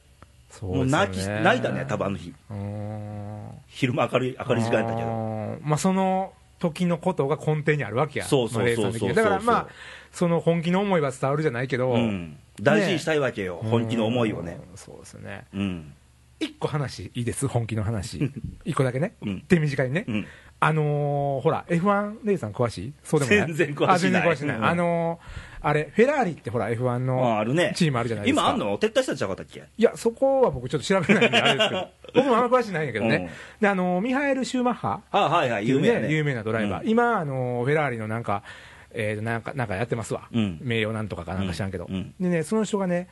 Speaker 2: そ
Speaker 1: もう泣き泣いたね、多
Speaker 2: 分
Speaker 1: 分あの日、
Speaker 2: うーん
Speaker 1: 昼間明るい明るい時間やったけ
Speaker 2: あ
Speaker 1: ど、
Speaker 2: ーまあその時のことが根底にあるわけや
Speaker 1: そうそうそうそう
Speaker 2: まあレイさん的にはだからまあその本気の思いは伝わるじゃないけど、
Speaker 1: うん、大事にしたいわけよ、本気の思いをね。
Speaker 2: うんそうですね
Speaker 1: うん
Speaker 2: 一個話いいです本気の 話一個だけね、
Speaker 1: うん
Speaker 2: 手短にね、
Speaker 1: うん
Speaker 2: あのーほら F1 レイさん詳しいそうでもない
Speaker 1: 全然詳しない
Speaker 2: あ全然詳しない、
Speaker 1: うん
Speaker 2: あのーあれフェラーリってほら F1
Speaker 1: あ
Speaker 2: の
Speaker 1: あるね
Speaker 2: チームあるじゃないですか
Speaker 1: 今あんの撤退したんちゃうかったっけ
Speaker 2: いやそこは僕ちょっと調べないんであれです けど僕もあんま詳しいないんやけどね、
Speaker 1: うん
Speaker 2: であのーミハエル・シューマッハ
Speaker 1: あはいはい
Speaker 2: っていう
Speaker 1: 有
Speaker 2: ね
Speaker 1: 名やね
Speaker 2: 有名なドライバー、
Speaker 1: うん
Speaker 2: 今あのーフェラーリのなんかえー、なんかなんかやってますわ、
Speaker 1: うん
Speaker 2: 名誉なんとかかなんか知らんけど、
Speaker 1: うんうん
Speaker 2: でねその人がね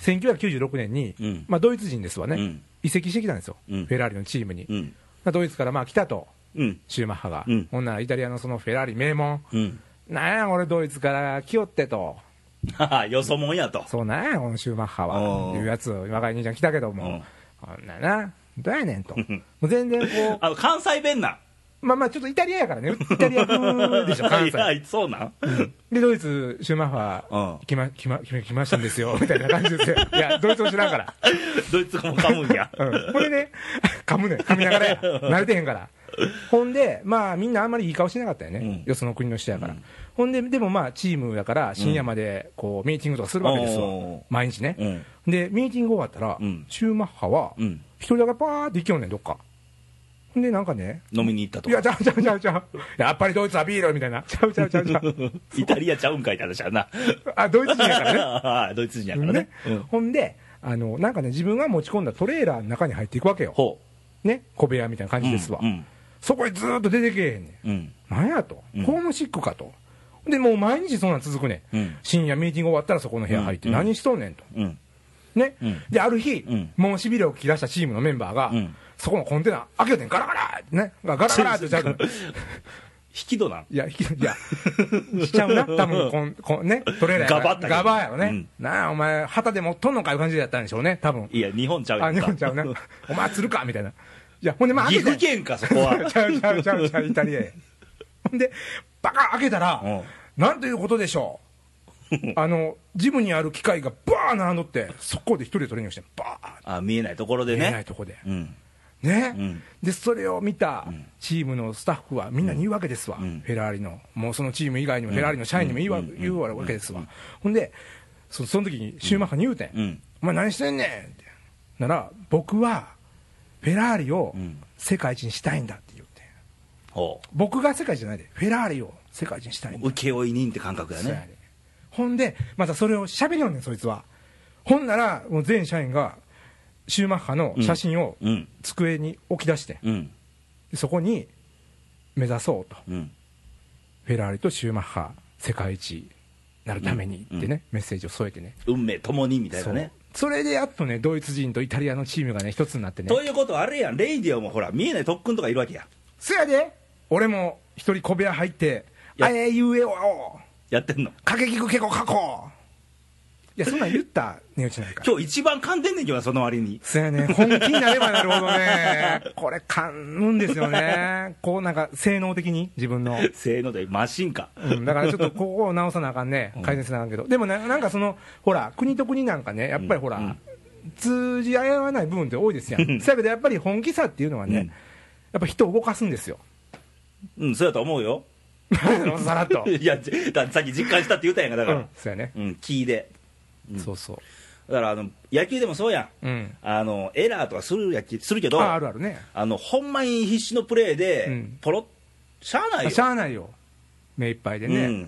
Speaker 2: 1996年に、
Speaker 1: うん
Speaker 2: まあ、ドイツ人ですわね、
Speaker 1: うん
Speaker 2: 移籍してきたんですよ、
Speaker 1: うん
Speaker 2: フェラーリのチームに、
Speaker 1: うん
Speaker 2: まあドイツからまあ来たと、
Speaker 1: うん
Speaker 2: シューマッハが、
Speaker 1: うん
Speaker 2: ほんならイタリアのそのフェラーリ名門、
Speaker 1: うん
Speaker 2: なんや、俺、ドイツから来よってと、
Speaker 1: ははよそもんや と
Speaker 2: そうなんや、このシューマッハ
Speaker 1: お
Speaker 2: は、
Speaker 1: う
Speaker 2: いうやつ、若い兄ちゃん来たけども、こんなな、どうやねんと、もう全然こ
Speaker 1: あの関西弁なん
Speaker 2: う、まあまあ、ちょっとイタリアやからね、イタリア風で しょ、関
Speaker 1: いや
Speaker 2: 西。
Speaker 1: いやそうなん
Speaker 2: で、ドイツ、シューマッハ
Speaker 1: うん、
Speaker 2: 来ま来ま来ましたんですよ、みたいな感じですよ、いや、ドイツを知らんから。
Speaker 1: ドイツ語も噛むんや
Speaker 2: うん、これね、噛むねん、噛みながらや、慣れてへんから、ほんで、まあ、みんなあんまりいい顔してなかったよね、
Speaker 1: うん
Speaker 2: よその国の人やから、
Speaker 1: うん
Speaker 2: ほんで、でもまあ、チームやから、深夜までこうミーティングとかするわけですわ、
Speaker 1: おー
Speaker 2: 毎日ね、
Speaker 1: うん
Speaker 2: で、ミーティング終わったら、
Speaker 1: うん
Speaker 2: シューマッハは、
Speaker 1: うん
Speaker 2: 一人だけパーって行きよんねん、どっか。ほんで、なんかね、
Speaker 1: 飲みに行ったと
Speaker 2: いや、ちゃうちゃうちゃうちゃう、やっぱりドイツはビールみたいな、ちゃうちゃうちゃうちゃう、
Speaker 1: イタリアちゃうんかいって話やな
Speaker 2: あドイツ人やか らね。
Speaker 1: ああドイツ人やからね
Speaker 2: ね
Speaker 1: うん
Speaker 2: ほんであの、なんかね、自分が持ち込んだトレーラーの中に入っていくわけよ、
Speaker 1: ほ
Speaker 2: ね、小部屋みたいな感
Speaker 1: う
Speaker 2: じですわ、
Speaker 1: うん
Speaker 2: そこへずーっと出てけえへんねん。
Speaker 1: うん
Speaker 2: なんやと、
Speaker 1: うん
Speaker 2: ホームシックかと、でもう毎日そんなん続くね、、
Speaker 1: うんん
Speaker 2: 深夜、ミーティング終わったらそこの部屋入って、
Speaker 1: うん
Speaker 2: 何しとんねんと、
Speaker 1: うん
Speaker 2: ね
Speaker 1: うん
Speaker 2: である日、
Speaker 1: うん
Speaker 2: もうしびれを切らしたチームのメンバーが、
Speaker 1: うん
Speaker 2: そこのコンテナ、開けようてん、ガラガラってね、ガラガラってちゃうと、
Speaker 1: 引き戸なん
Speaker 2: いや、いや、しちゃ うな、多分こんこんね、トレーラーやから
Speaker 1: ガバッと
Speaker 2: ガバやろね、
Speaker 1: うん
Speaker 2: なあ、お前、旗で持っとんのかいう感じだったんでしょうね、多分
Speaker 1: いや日本ちゃう
Speaker 2: あ、
Speaker 1: やん
Speaker 2: 日
Speaker 1: か
Speaker 2: 本ちゃうな、お前、釣るかみたいな、いや、ほんで、まあ、
Speaker 1: 岐
Speaker 2: 開けて
Speaker 1: 阜県かそこは
Speaker 2: ちゃうちゃうちゃうちゃう、イタリアや。ほんで、バカ開けたら、
Speaker 1: う
Speaker 2: なんということでしょ う。あの、ジムにある機械がバー並んどって、そこで一人でトレーニングして、バー
Speaker 1: あ見えないところで
Speaker 2: 見えない
Speaker 1: ね
Speaker 2: とこで。
Speaker 1: うん
Speaker 2: ね、
Speaker 1: うん
Speaker 2: で、それを見たチームのスタッフはみんなに言うわけですわ。
Speaker 1: うん
Speaker 2: フェラーリの、もうそのチーム以外にもフェラーリの社員にも言うわ,、言うわけですわ。ほんで、そその時にシューマッハに言うてん。
Speaker 1: うん
Speaker 2: お前何してんねんって。なら、僕は、フェラーリを
Speaker 1: うん
Speaker 2: 世界一にしたいんだって言うてん。
Speaker 1: ほう
Speaker 2: 僕が世界一じゃないで、フェラーリを世界一にしたいんだ
Speaker 1: 請負人って感覚や
Speaker 2: そうや
Speaker 1: ね
Speaker 2: ねほんで、またそれを喋りよんねん、そいつは。ほんなら、もう全社員が、シューマッハの写真を
Speaker 1: うん
Speaker 2: 机に置き出して、
Speaker 1: うん
Speaker 2: そこに目指そうと、
Speaker 1: うん
Speaker 2: フェラーリとシューマッハ、世界一なるためにってね、
Speaker 1: うんう
Speaker 2: メッセージを添えてね。
Speaker 1: 運命ともにみたいなね
Speaker 2: そうそれでやっとね、ドイツ人とイタリアのチームがね、一つになってね、
Speaker 1: ということはあれやんレイディオもほら見えない特訓とかいるわけや
Speaker 2: そやで、俺も一人小部屋入って、
Speaker 1: や
Speaker 2: あえゆえおお、
Speaker 1: やってんの
Speaker 2: 過激くけこ過去いや、そんなん言った、値打ちなんか。
Speaker 1: 今日一番噛んでんねんけどなその割に
Speaker 2: そうやね、本気になればなるほどね、これ、かむんですよね、こうなんか、性能的に、自分の、
Speaker 1: せーのでマシンか
Speaker 2: うん、だからちょっとここを直さなあかんね
Speaker 1: うん、
Speaker 2: 改善せなあかんけど、でもななんかその、ほら、国と国なんかね、やっぱりほら、
Speaker 1: うん
Speaker 2: 通じ合わない部分って多いですやん、そやけどやっぱり本気さっていうのはね、
Speaker 1: うん
Speaker 2: やっぱ人を動かすん ですよ、
Speaker 1: うんそうやと思うよ
Speaker 2: さらっと。
Speaker 1: いやじださっき実感したって言ったやんかだ
Speaker 2: う
Speaker 1: か
Speaker 2: ん
Speaker 1: ら、
Speaker 2: そうやね、
Speaker 1: うん、キーでうん
Speaker 2: そうそ
Speaker 1: だからあの野球でもそうやん
Speaker 2: う、うん、
Speaker 1: あのエラーとかするやきするけど
Speaker 2: ああるあるね、
Speaker 1: あのほんまに必死のプレー
Speaker 2: う
Speaker 1: で
Speaker 2: ん
Speaker 1: ポロッしゃあないよ、
Speaker 2: しゃあないよ、目いっぱいでね、
Speaker 1: うん、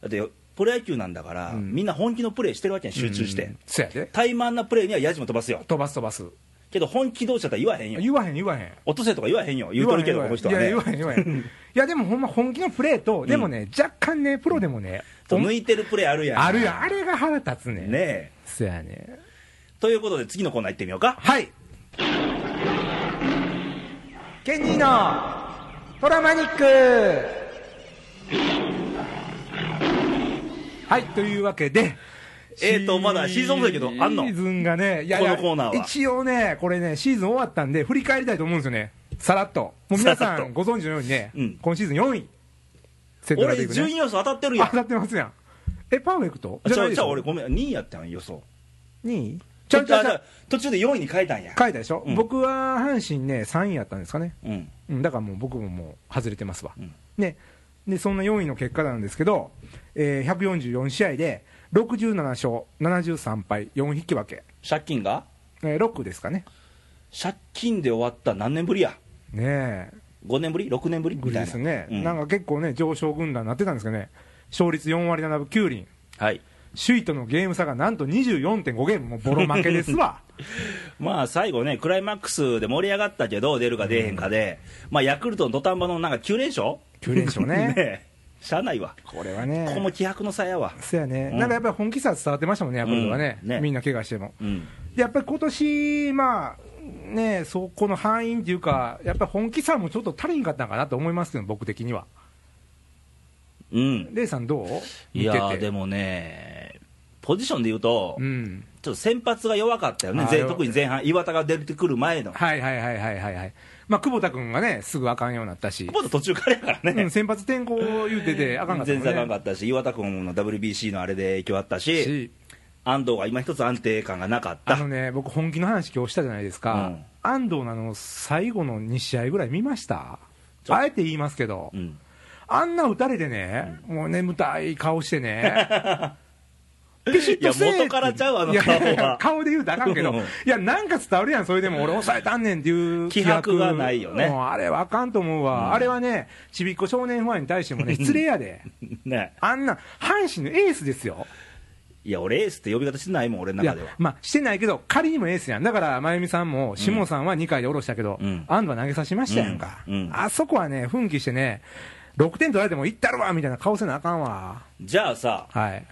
Speaker 1: だってよプロ野球なんだから、
Speaker 2: うん
Speaker 1: みんな本気のプレーしてるわけやん集中して、
Speaker 2: うんそうやで、
Speaker 1: 怠慢なプレーにはやじも飛ばすよ
Speaker 2: 飛ばす飛ばす、
Speaker 1: けど本気同士だったら言わへんよ
Speaker 2: 言わへん、言わへん。
Speaker 1: 落とせとか言わへんよ言うとるけどこの人はね
Speaker 2: いや、言わへん、言わへ ん。いや、でもほんま本気のプレーと、でもね、若干ね、プロでもね、
Speaker 1: と抜いてるプレーあるやん
Speaker 2: あるやん、あれが腹立つね。
Speaker 1: ね。え
Speaker 2: そやね。
Speaker 1: ということで次のコーナー行ってみようか
Speaker 2: はい。ケニーのトラマニックはい、というわけで、
Speaker 1: えーとまだシーズンオフだけどあんの
Speaker 2: シーズンがね、いやい
Speaker 1: こ
Speaker 2: や
Speaker 1: のコーナーは
Speaker 2: 一応ね、これね、シーズン終わったんで、振り返りたいと思うんですよね、さらっと。もう皆
Speaker 1: さ
Speaker 2: さ
Speaker 1: らっと
Speaker 2: んご存知のようにね、
Speaker 1: うん
Speaker 2: 今シーズン4位、セントラル
Speaker 1: 俺
Speaker 2: リーグ
Speaker 1: 順
Speaker 2: ね
Speaker 1: 位予想当たってるや
Speaker 2: あ
Speaker 1: ん
Speaker 2: 当たってますやん。え、パーフェクト
Speaker 1: あちゃうちゃう
Speaker 2: 2
Speaker 1: 俺ごめん2位やったん予想
Speaker 2: 位ちゃうちゃうちゃう
Speaker 1: あ途中で4位に変えたんや
Speaker 2: 書いたでしょ、
Speaker 1: うん
Speaker 2: 僕は阪神ね、3位やったんですかね、
Speaker 1: うん
Speaker 2: うん、だからもう僕ももう外れてますわ、
Speaker 1: うん
Speaker 2: ね、でそんな4位の結果なんですけど、えー144試合で67勝、73敗、4引き分け、
Speaker 1: 借金が
Speaker 2: えー6ですかね、
Speaker 1: 借金で終わった何年ぶりや
Speaker 2: ねえ、
Speaker 1: 5年ぶり6年ぶりみ
Speaker 2: グリ
Speaker 1: たいな
Speaker 2: ですね、
Speaker 1: うん
Speaker 2: なんか結構ね、上昇軍団になってたんですけどね、勝率4割7分9厘、
Speaker 1: はい
Speaker 2: 首位とのゲーム差がなんと24.5ゲーム、もうボロ負けで すわ。
Speaker 1: まあ最後ね、クライマックスで盛り上がったけど、出るか出えへんかで、まあヤクルトの土壇場のなんか9連勝
Speaker 2: 9連勝ね
Speaker 1: ねえしゃあないわ、
Speaker 2: これはね、
Speaker 1: ここも気迫の差やわ、
Speaker 2: そうやね、
Speaker 1: うん
Speaker 2: なんかやっぱり本気さ伝わってましたもんね、ヤクルトはね、
Speaker 1: うんね
Speaker 2: みんな怪我しても。
Speaker 1: うん、
Speaker 2: でやっぱり今年まあねそこの範囲っていうか、やっぱり本気さもちょっと足りんかったんかなと思いますけど、僕的には。
Speaker 1: うん、
Speaker 2: レイさん、どう
Speaker 1: い
Speaker 2: 見て
Speaker 1: や
Speaker 2: て。
Speaker 1: ーでもね、ポジションで言うと、
Speaker 2: うん、
Speaker 1: ちょっと先発が弱かったよね
Speaker 2: あ、ー
Speaker 1: 前
Speaker 2: よ
Speaker 1: 特に前半、岩田が出てくる前の、
Speaker 2: はいはいはいはいはい、はいまあ、久保田君がね、すぐあかんようになったし、
Speaker 1: もっと途中からやから
Speaker 2: う
Speaker 1: ね
Speaker 2: ん、、先発転向言うてて、あかんかった
Speaker 1: 全
Speaker 2: もん
Speaker 1: 然あかんか
Speaker 2: ね。
Speaker 1: ったし、岩田君の WBC のあれで影響あったし、
Speaker 2: し
Speaker 1: 安藤が今一つ安定感がなかった
Speaker 2: あ。のね、僕、本気の話、今日したじゃないですか、
Speaker 1: うん
Speaker 2: 安藤のあの最後の2試合ぐらい見ました
Speaker 1: ちょ
Speaker 2: あえて言いますけど、
Speaker 1: うん、
Speaker 2: あんな打たれてね、もう眠たい顔してね、ピシッとせえって
Speaker 1: いや元からちゃうあの
Speaker 2: いや
Speaker 1: 顔はい
Speaker 2: やいや顔で言うたらあかんけど、
Speaker 1: うん
Speaker 2: いや、なんか伝わるやん、それでも俺、抑えたんねんっていう
Speaker 1: 気迫がないよね
Speaker 2: もうあれはあかんと思うわ、
Speaker 1: うん
Speaker 2: あれはね、ちびっこ少年ファンに対してもね、失礼やで、
Speaker 1: ね
Speaker 2: あんな、阪神のエースですよ。
Speaker 1: いや俺エースって呼び方してないもん俺の
Speaker 2: いや
Speaker 1: 中では
Speaker 2: まあ、してないけど、仮にもエースやん、だから真由美さんも、下野さんは2回で下ろしたけど、
Speaker 1: うん
Speaker 2: 安藤は投げさしましたやんか、
Speaker 1: うんうん
Speaker 2: あそこはね、奮起してね、6点取られてもいったるわみたいな顔せなあかんわ、
Speaker 1: じゃあさ
Speaker 2: はい、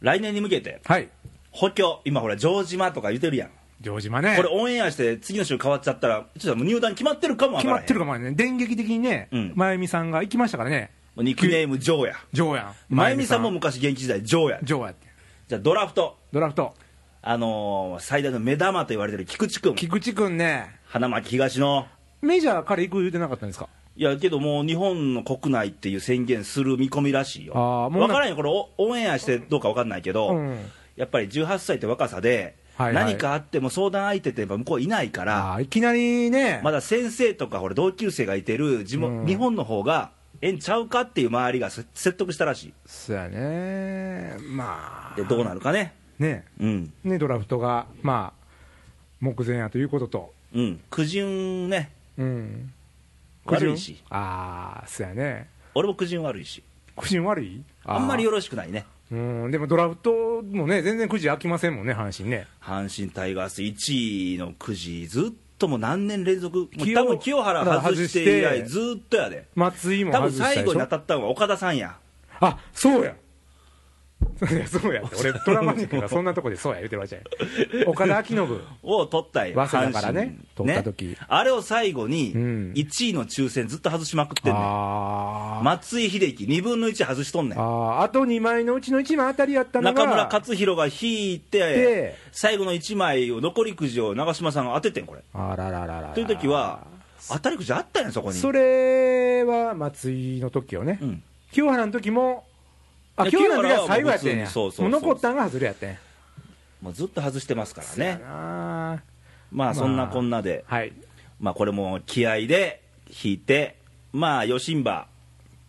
Speaker 1: 来年に向けて
Speaker 2: はい、
Speaker 1: 補強今ほら城島とか言ってるやん
Speaker 2: 城島ね、
Speaker 1: これオンエアして次の週変わっちゃったらちょっともう入団決まってるかもわ
Speaker 2: 決
Speaker 1: からへ
Speaker 2: ま
Speaker 1: ん
Speaker 2: ってるかもね、電撃的にね、
Speaker 1: うん
Speaker 2: 真由美さんが行きましたからね、
Speaker 1: もうニックネームジョーや
Speaker 2: 城やん、
Speaker 1: 真由美さんも、昔現役時代ジョーや
Speaker 2: 城やって、
Speaker 1: じゃあドラフト
Speaker 2: ドラフト、
Speaker 1: あのー最大の目玉と言われてる菊池君
Speaker 2: 菊池君ね、
Speaker 1: 花巻東の
Speaker 2: メジャーから行く言うてなかったんですか、
Speaker 1: いやけどもう日本の国内っていう宣言する見込みらしいよ
Speaker 2: あーもうな
Speaker 1: 分からんよこれおオンエアしてどうか分かんないけど、
Speaker 2: うん
Speaker 1: やっぱり18歳って若さで、
Speaker 2: はいはい
Speaker 1: 何かあっても相談相手ってやっぱ向こういないから
Speaker 2: あーいきなりね、
Speaker 1: まだ先生とかほら同級生がいてる地元、
Speaker 2: うん
Speaker 1: 日本の方がええんちゃうかっていう周りがせ説得したらし
Speaker 2: そうやね、ま
Speaker 1: いで、
Speaker 2: あ
Speaker 1: どうなるかね
Speaker 2: ね。
Speaker 1: うん
Speaker 2: ね、ドラフトが、まあ、目前やということと、
Speaker 1: うん苦渋ね
Speaker 2: うん、
Speaker 1: 悪いし
Speaker 2: ああ、そうやね、
Speaker 1: 俺も苦渋悪いし
Speaker 2: 苦心悪い
Speaker 1: あんまり
Speaker 2: よ
Speaker 1: よろしくないね
Speaker 2: うん、でもドラフトもね、全然くじ飽きませんもんね、阪神ね、
Speaker 1: 阪神タイガース1位のくじずっともう何年連続もう
Speaker 2: 清
Speaker 1: 多分清原外して以来ずっとやで
Speaker 2: 松井も
Speaker 1: 多
Speaker 2: 外
Speaker 1: 分
Speaker 2: した
Speaker 1: 最
Speaker 2: でし
Speaker 1: 後に当
Speaker 2: ょ、
Speaker 1: たったのは岡田さんや
Speaker 2: あそうや。そうやそうやって俺、ドラマニックがそんなとこでそうや言うてるわけじゃない岡田彰信、
Speaker 1: を取ったんや
Speaker 2: 早稲田からね
Speaker 1: 阪神
Speaker 2: 取った時
Speaker 1: あれを最後に
Speaker 2: うん
Speaker 1: 1位の抽選ずっと外しまくってんねん
Speaker 2: あー、
Speaker 1: 松井秀喜2分の1外しとんねん
Speaker 2: あーあと2枚のうちの1枚あたりやったのが、
Speaker 1: 中村克弘が引いて
Speaker 2: で
Speaker 1: 最後の1枚を残りくじを長嶋さんが当ててんこれ
Speaker 2: あららららら
Speaker 1: という時は当たりくじあったんやそこに
Speaker 2: それは松井の時よね、
Speaker 1: うん
Speaker 2: 清原の時も、あ
Speaker 1: いや
Speaker 2: 清原の時は最後や
Speaker 1: 清原はもう普
Speaker 2: ってん
Speaker 1: 通
Speaker 2: や、
Speaker 1: にそうそうそ
Speaker 2: も
Speaker 1: う
Speaker 2: う残ったんが外れやってんや
Speaker 1: もうずっと外してますからね
Speaker 2: な
Speaker 1: まあそんなこんなで
Speaker 2: あはい、
Speaker 1: まあこれも気合で引いて、まあ、ヨシンバ、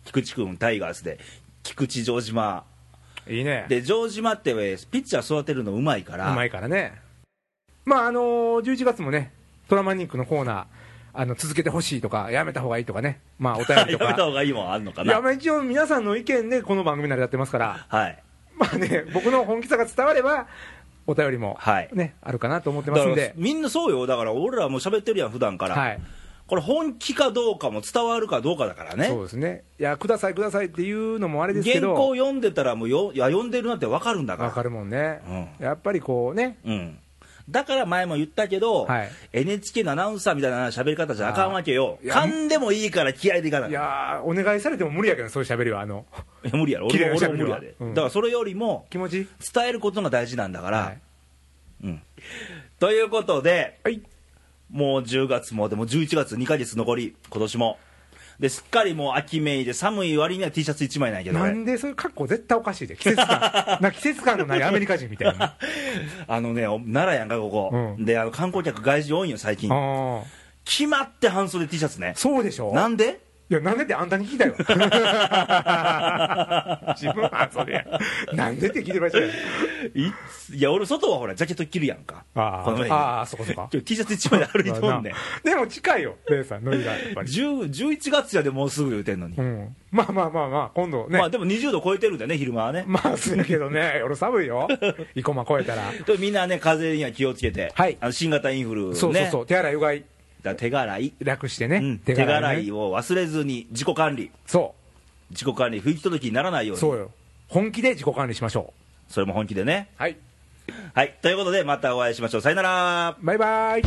Speaker 1: 菊池君、タイガースで、菊池、城島、
Speaker 2: いいね、
Speaker 1: で城島ってえーピッチャー育てるのうまいか
Speaker 2: う
Speaker 1: ら、
Speaker 2: まいからね、まああのー、11月もね、トラマニックのコーナー、あの続けてほしいとか、やめた方がいいとかね、まあ、お便
Speaker 1: や
Speaker 2: り
Speaker 1: めた
Speaker 2: とか、
Speaker 1: 方がいいもんあるのか
Speaker 2: いや
Speaker 1: な、
Speaker 2: まあ一応、皆さんの意見でこの番組成り立ってますから、
Speaker 1: はい、
Speaker 2: まあね、僕の本気さが伝われば、お便りも、
Speaker 1: はい
Speaker 2: ねあるかなと思って
Speaker 1: だ
Speaker 2: ます
Speaker 1: か
Speaker 2: ん
Speaker 1: ら
Speaker 2: で、
Speaker 1: みんなそうよ、だから俺らも喋ってるやん、普段から、
Speaker 2: はい、
Speaker 1: これ、本気かどうかも伝わるかどうかだからね
Speaker 2: そう、ですね、いや、ください、くださいっていうのもあれですけ
Speaker 1: 原
Speaker 2: ど、
Speaker 1: 稿読んでたらもうよ、いや、読んでるなって分かるんだから、
Speaker 2: わかるもんね、やっぱりこうね、
Speaker 1: うん、だから前も言ったけど、
Speaker 2: はい
Speaker 1: NHK のアナウンサーみたいな喋り方じゃあかんわけよ、
Speaker 2: あーいや
Speaker 1: 噛んでもいいから気合でいかない
Speaker 2: いやー、お願いされても無理やけど、そういう喋りは、あの
Speaker 1: いや無理やろ
Speaker 2: 綺麗
Speaker 1: 俺も
Speaker 2: な
Speaker 1: 俺も
Speaker 2: 喋り
Speaker 1: 無理
Speaker 2: は
Speaker 1: やで、
Speaker 2: うん
Speaker 1: だからそれよりも
Speaker 2: 気持ち、
Speaker 1: 伝えることが大事なんだから、
Speaker 2: はい
Speaker 1: うん、ということで
Speaker 2: はい、
Speaker 1: もう10月もでも11月2ヶ月残り今年もですっかりもう秋めいで寒い割には T シャツ1枚ないけど
Speaker 2: な
Speaker 1: 俺
Speaker 2: んでそういう格好、絶対おかしい で、季節感、な季節感のないアメリカ人みたいな、
Speaker 1: あのねお奈良やんかここ、
Speaker 2: うん
Speaker 1: であの観光客外人多いんよ最近
Speaker 2: あー
Speaker 1: 決まって半袖 T シャツね
Speaker 2: そうでしょ、
Speaker 1: なんで
Speaker 2: いや、なんでってあんたに 聞きたいわ、自分はそれ、なんでって聞いてまし たよ、
Speaker 1: いついや俺外はほらジャケット着るやんか
Speaker 2: あ
Speaker 1: この辺
Speaker 2: ーあー、そこそこ
Speaker 1: 今。日 T シャツ1枚で歩いとんねん
Speaker 2: な でも近いよ、レイさん、ノリがやっぱり。
Speaker 1: 10 11月やでもうすぐ言うてんのに、
Speaker 2: うん、まあまあまあまあ、今度ね、
Speaker 1: まあでも20度超えてるんだよね昼間はね
Speaker 2: まあ、するけどね、 夜寒いよ、生駒越えたら。
Speaker 1: でみんなね、風邪には気をつけて、
Speaker 2: はい
Speaker 1: あの新型インフル、ね、
Speaker 2: そうそうそう、手洗い、うがい、
Speaker 1: だから手洗い、
Speaker 2: 楽してね、
Speaker 1: うん手洗
Speaker 2: ね
Speaker 1: いを忘れずに、自己管理、
Speaker 2: そ
Speaker 1: 自己管理、不意気届きにならないよう
Speaker 2: う、
Speaker 1: に、
Speaker 2: そうよ、本気で自己管理しましょう。
Speaker 1: それも本気でね。
Speaker 2: はい、
Speaker 1: はい、ということで、またお会いしましょう。さよなら。
Speaker 2: バイバイ。